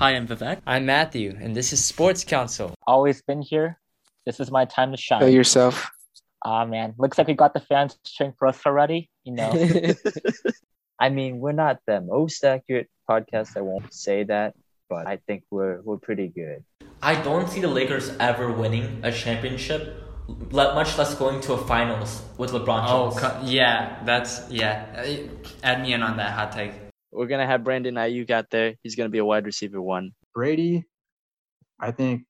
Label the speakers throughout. Speaker 1: Hi, I'm Vivek.
Speaker 2: I'm Matthew, and this is Sports Council.
Speaker 3: Always been here. This is my time to shine.
Speaker 4: Kill yourself.
Speaker 3: Ah man, looks like we got the fans cheering for us already. You know, I mean, we're not the most accurate podcast. I won't say that, but I think we're we're pretty good.
Speaker 1: I don't see the Lakers ever winning a championship, let much less going to a finals with LeBron
Speaker 2: Oh,
Speaker 1: James.
Speaker 2: co- yeah, that's yeah. Uh, Add me in on that hot take.
Speaker 5: We're gonna have Brandon Ayuk out there. He's gonna be a wide receiver one.
Speaker 6: Brady, I think,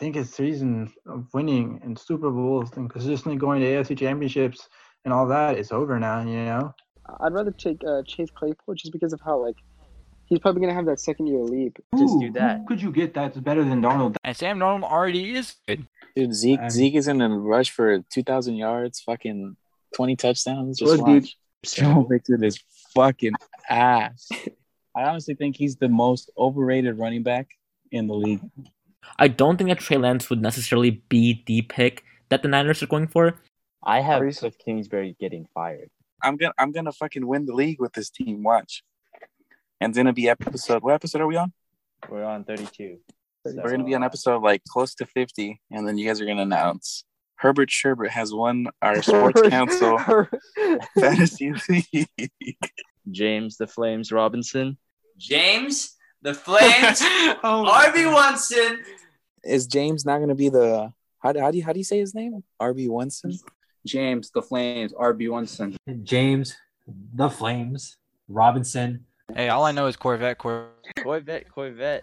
Speaker 6: think his season of winning and Super Bowls and consistently going to AFC championships and all that is over now. You know,
Speaker 7: I'd rather take uh, Chase Claypool just because of how like he's probably gonna have that second year leap.
Speaker 5: Just do that.
Speaker 6: Could you get that's better than Donald?
Speaker 8: And Sam Darnold already is good.
Speaker 5: Dude, Zeke
Speaker 6: I'm-
Speaker 5: Zeke is in a rush for two thousand yards, fucking twenty touchdowns. Just
Speaker 6: Look,
Speaker 5: watch.
Speaker 6: dude.
Speaker 5: Joe Mixon is fucking ass. I honestly think he's the most overrated running back in the league.
Speaker 1: I don't think that Trey Lance would necessarily be the pick that the Niners are going for.
Speaker 3: I have
Speaker 5: Reese-
Speaker 3: Cliff Kingsbury getting fired.
Speaker 5: I'm gonna I'm gonna fucking win the league with this team. Watch. And it's gonna be episode. What episode are we on?
Speaker 3: We're on thirty-two. so-
Speaker 5: We're gonna be on episode like close to fifty, and then you guys are gonna announce. Herbert Sherbert has won our sports council fantasy league.
Speaker 9: James the Flames Robinson.
Speaker 2: James, the Flames,
Speaker 5: Oh
Speaker 2: RB Watson.
Speaker 5: Is James not gonna be the how, do- how do you how do you say his name? RB Winston.
Speaker 9: James the Flames RB Winston.
Speaker 10: James, the Flames, Robinson.
Speaker 8: Hey, all I know is Corvette, Corvette.
Speaker 9: Corvette, Corvette.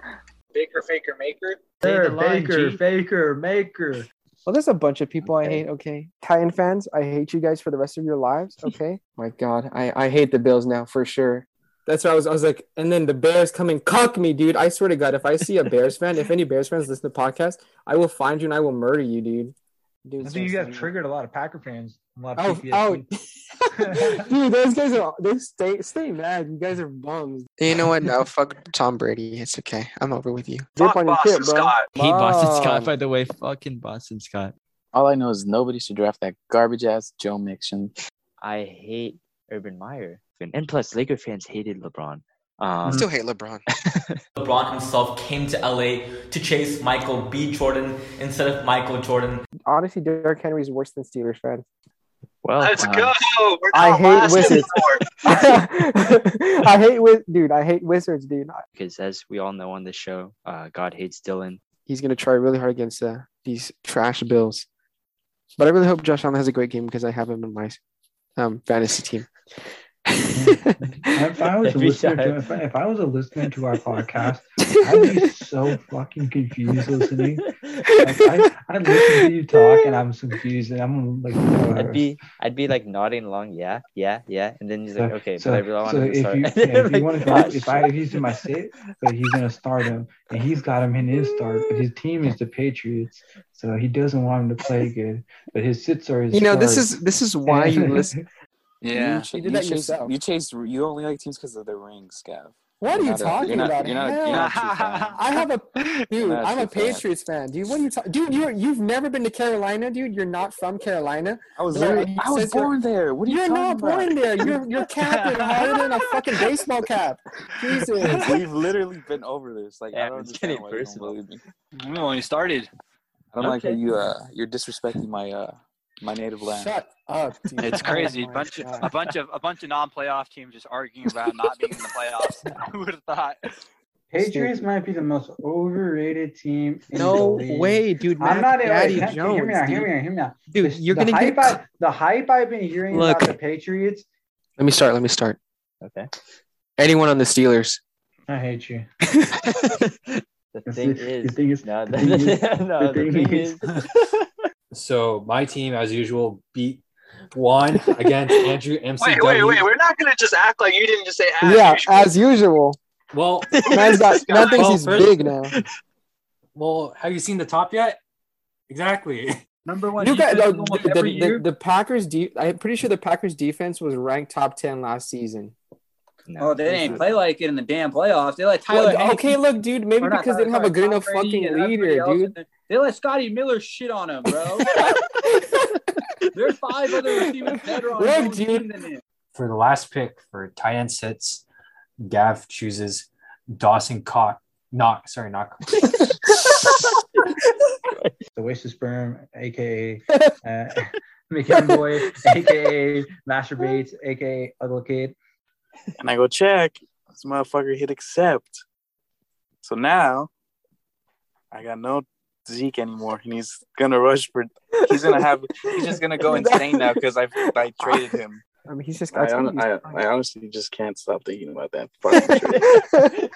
Speaker 7: Baker, faker, maker.
Speaker 6: Baker, Baker, Maker.
Speaker 4: Well, there's a bunch of people I
Speaker 3: Okay.
Speaker 4: hate. Okay, Titan fans, I hate you guys for the rest of your lives. Okay, my God, I I hate the Bills now for sure. That's why I was I was like, and then the Bears come and cuck me, dude. I swear to God, if I see a Bears fan, if any Bears fans listen to the podcast, I will find you and I will murder you, dude. Dude,
Speaker 6: I think you guys
Speaker 4: seriously.
Speaker 6: triggered a lot of Packer fans. A lot
Speaker 4: Oh,
Speaker 6: of
Speaker 4: oh.
Speaker 6: PTSD.
Speaker 4: dude, those guys are they stay stay mad. You guys are bums.
Speaker 11: You know what? No, fuck Tom Brady. It's okay. I'm over with you.
Speaker 4: Dip on your shit, bro.
Speaker 8: Hate Boston Scott,
Speaker 4: Mom.
Speaker 8: by the way. Fucking Boston Scott.
Speaker 5: All I know is nobody should draft that garbage ass Joe Mixon.
Speaker 3: I hate Urban Meyer, and plus, Laker fans hated LeBron. Um,
Speaker 11: I still hate LeBron.
Speaker 1: LeBron himself came to LA to chase Michael B. Jordan instead of Michael Jordan.
Speaker 4: Honestly, Derrick Henry's worse than Steelers fan.
Speaker 3: well,
Speaker 6: Oh,
Speaker 3: uh,
Speaker 9: go. We're
Speaker 4: I hate Wizards. I hate Wiz, dude. I hate Wizards, dude.
Speaker 3: because as we all know on this show, uh, God hates Dylan.
Speaker 11: He's gonna try really hard against uh, these trash Bills. But I really hope Josh Allen has a great game because I have him in my um, fantasy team.
Speaker 6: If I was a
Speaker 3: Every
Speaker 6: listener, to,
Speaker 3: time.
Speaker 6: if, I, if I was a listener to our podcast, I'd be so fucking confused listening. Like, I, I listen to you talk and I'm confused and I'm like,
Speaker 3: I'd be, I'd be like nodding along, yeah, yeah, yeah, and then he's like, okay,
Speaker 6: uh, so,
Speaker 3: but I really want
Speaker 6: so
Speaker 3: to
Speaker 6: if
Speaker 3: start.
Speaker 6: you,
Speaker 3: And
Speaker 6: yeah,
Speaker 3: then
Speaker 6: if
Speaker 3: like,
Speaker 6: you want to go,
Speaker 3: gosh.
Speaker 6: if I if he's in my sit, so he's gonna start him, and he's got him in his start. But his team is the Patriots, so he doesn't want him to play good. But his sits are his.
Speaker 11: you know, this
Speaker 6: starts.
Speaker 11: is this is why you listen.
Speaker 5: You, ch-
Speaker 4: You did
Speaker 5: you
Speaker 4: that
Speaker 5: chase,
Speaker 4: yourself.
Speaker 5: you chase. You only like teams because of their rings, Gav.
Speaker 4: What are
Speaker 5: You're
Speaker 4: you
Speaker 5: not a-
Speaker 4: talking
Speaker 5: you're not-
Speaker 4: about?
Speaker 5: You're not.
Speaker 4: Hell.
Speaker 5: You're not a true fan.
Speaker 4: I have a
Speaker 5: You're
Speaker 4: dude.
Speaker 5: not
Speaker 4: I'm a
Speaker 5: true fan.
Speaker 4: Patriots fan, dude. What are you talking? Dude, you you've never been to Carolina, dude. You're not from Carolina.
Speaker 5: I was
Speaker 4: No,
Speaker 5: literally.
Speaker 4: he
Speaker 5: I was
Speaker 4: says you're-
Speaker 5: born there. What are you
Speaker 4: You're
Speaker 5: talking
Speaker 4: not
Speaker 5: about?
Speaker 4: born there. You're you're capping harder than a fucking baseball cap. Jesus.
Speaker 5: We've literally been over this. Like,
Speaker 3: Yeah,
Speaker 5: I don't
Speaker 3: it's
Speaker 5: understand
Speaker 3: getting
Speaker 5: why you don't
Speaker 3: personal.
Speaker 5: believe me.
Speaker 8: No, when he started.
Speaker 5: I don't like how
Speaker 3: Okay.
Speaker 5: you. Uh, you're disrespecting my uh, my native land.
Speaker 4: Shut up, dude.
Speaker 8: It's
Speaker 4: Oh
Speaker 8: crazy.
Speaker 4: my
Speaker 8: bunch of,
Speaker 4: God.
Speaker 8: a bunch of a bunch of non-playoff teams just arguing about not being in the playoffs. Who would have thought?
Speaker 6: Patriots might be the most overrated team. In
Speaker 11: No
Speaker 6: the league.
Speaker 11: way, dude. Mac
Speaker 6: I'm not
Speaker 11: Daddy
Speaker 6: hear me out,
Speaker 11: Jones,
Speaker 6: Hear
Speaker 11: dude.
Speaker 6: me out. Hear me out.
Speaker 11: Dude,
Speaker 6: The-
Speaker 11: you're
Speaker 6: the
Speaker 11: gonna
Speaker 6: hype
Speaker 11: get.
Speaker 6: I, the hype I've been hearing
Speaker 11: Look.
Speaker 6: about the Patriots.
Speaker 11: Let me start. Let me start.
Speaker 3: Okay.
Speaker 11: Anyone on the Steelers?
Speaker 6: I hate you.
Speaker 3: The
Speaker 6: The
Speaker 3: thing
Speaker 6: thi- the
Speaker 3: is,
Speaker 6: thing is-
Speaker 3: no,
Speaker 6: the thing is-
Speaker 3: no,
Speaker 6: the
Speaker 3: the
Speaker 6: thing
Speaker 3: thing is,
Speaker 10: So my team, as usual, beat one against Andrew MCW.
Speaker 8: Wait, wait, wait. We're not gonna just act like you didn't just say
Speaker 4: yeah, uh, as usual.
Speaker 10: Well,
Speaker 4: Man's got man thinks
Speaker 10: Well,
Speaker 4: he's
Speaker 10: first-
Speaker 4: big now.
Speaker 10: well, have you seen the top yet? Exactly.
Speaker 6: Number one.
Speaker 4: You guys,
Speaker 6: defense
Speaker 4: oh,
Speaker 6: almost
Speaker 4: the, the,
Speaker 6: every year.
Speaker 4: the, the Packers. De- I'm pretty sure the Packers defense was ranked top ten last season.
Speaker 3: no.
Speaker 9: Oh, they didn't play like it in the damn playoffs. They let Tyler.
Speaker 4: Well, okay, look, dude. Maybe
Speaker 9: or not
Speaker 4: because they didn't
Speaker 9: Tyler,
Speaker 4: have a
Speaker 9: sorry, Tom
Speaker 4: good enough
Speaker 9: Brady
Speaker 4: fucking
Speaker 9: and everybody
Speaker 4: leader,
Speaker 9: else
Speaker 4: dude.
Speaker 9: in there. They let Scotty Miller shit on him, bro. There's five other receivers better on
Speaker 4: Look,
Speaker 9: his own
Speaker 4: dude.
Speaker 9: team than him.
Speaker 10: For the last pick for tight end sits, Gav chooses Dawson Cock Not sorry, not.
Speaker 6: the waste of sperm, aka uh, McKinnon boy, aka masturbates, aka ugly kid.
Speaker 5: And I go check. This motherfucker hit accept. So now I got no Zeke anymore, and he's gonna rush for. He's gonna have. He's just gonna go insane now because I I traded him.
Speaker 4: I mean, he's just.
Speaker 5: I,
Speaker 4: that's what
Speaker 5: hon-
Speaker 4: he's-
Speaker 5: I, I honestly just can't stop thinking about that. fucking trade.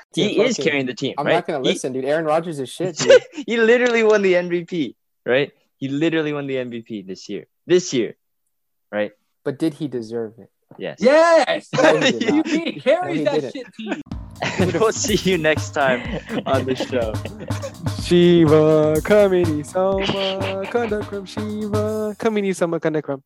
Speaker 3: He
Speaker 4: Yeah,
Speaker 3: is
Speaker 4: fucking-
Speaker 3: carrying the team.
Speaker 4: I'm
Speaker 3: right?
Speaker 4: not gonna
Speaker 3: He-
Speaker 4: listen, dude. Aaron Rodgers is shit. Dude.
Speaker 3: he literally won the MVP, right? He literally won the MVP this year. This year, right?
Speaker 4: but did he deserve it?
Speaker 3: Yes.
Speaker 9: Yes!
Speaker 4: No, he did not.
Speaker 9: He
Speaker 4: No,
Speaker 9: carries
Speaker 4: he
Speaker 9: that
Speaker 4: didn't.
Speaker 9: shit team.
Speaker 3: we'll see you next time on the show.
Speaker 11: Shiva, Kamini Sama, Kandakram, Shiva, Kamini Sama, Kandakram.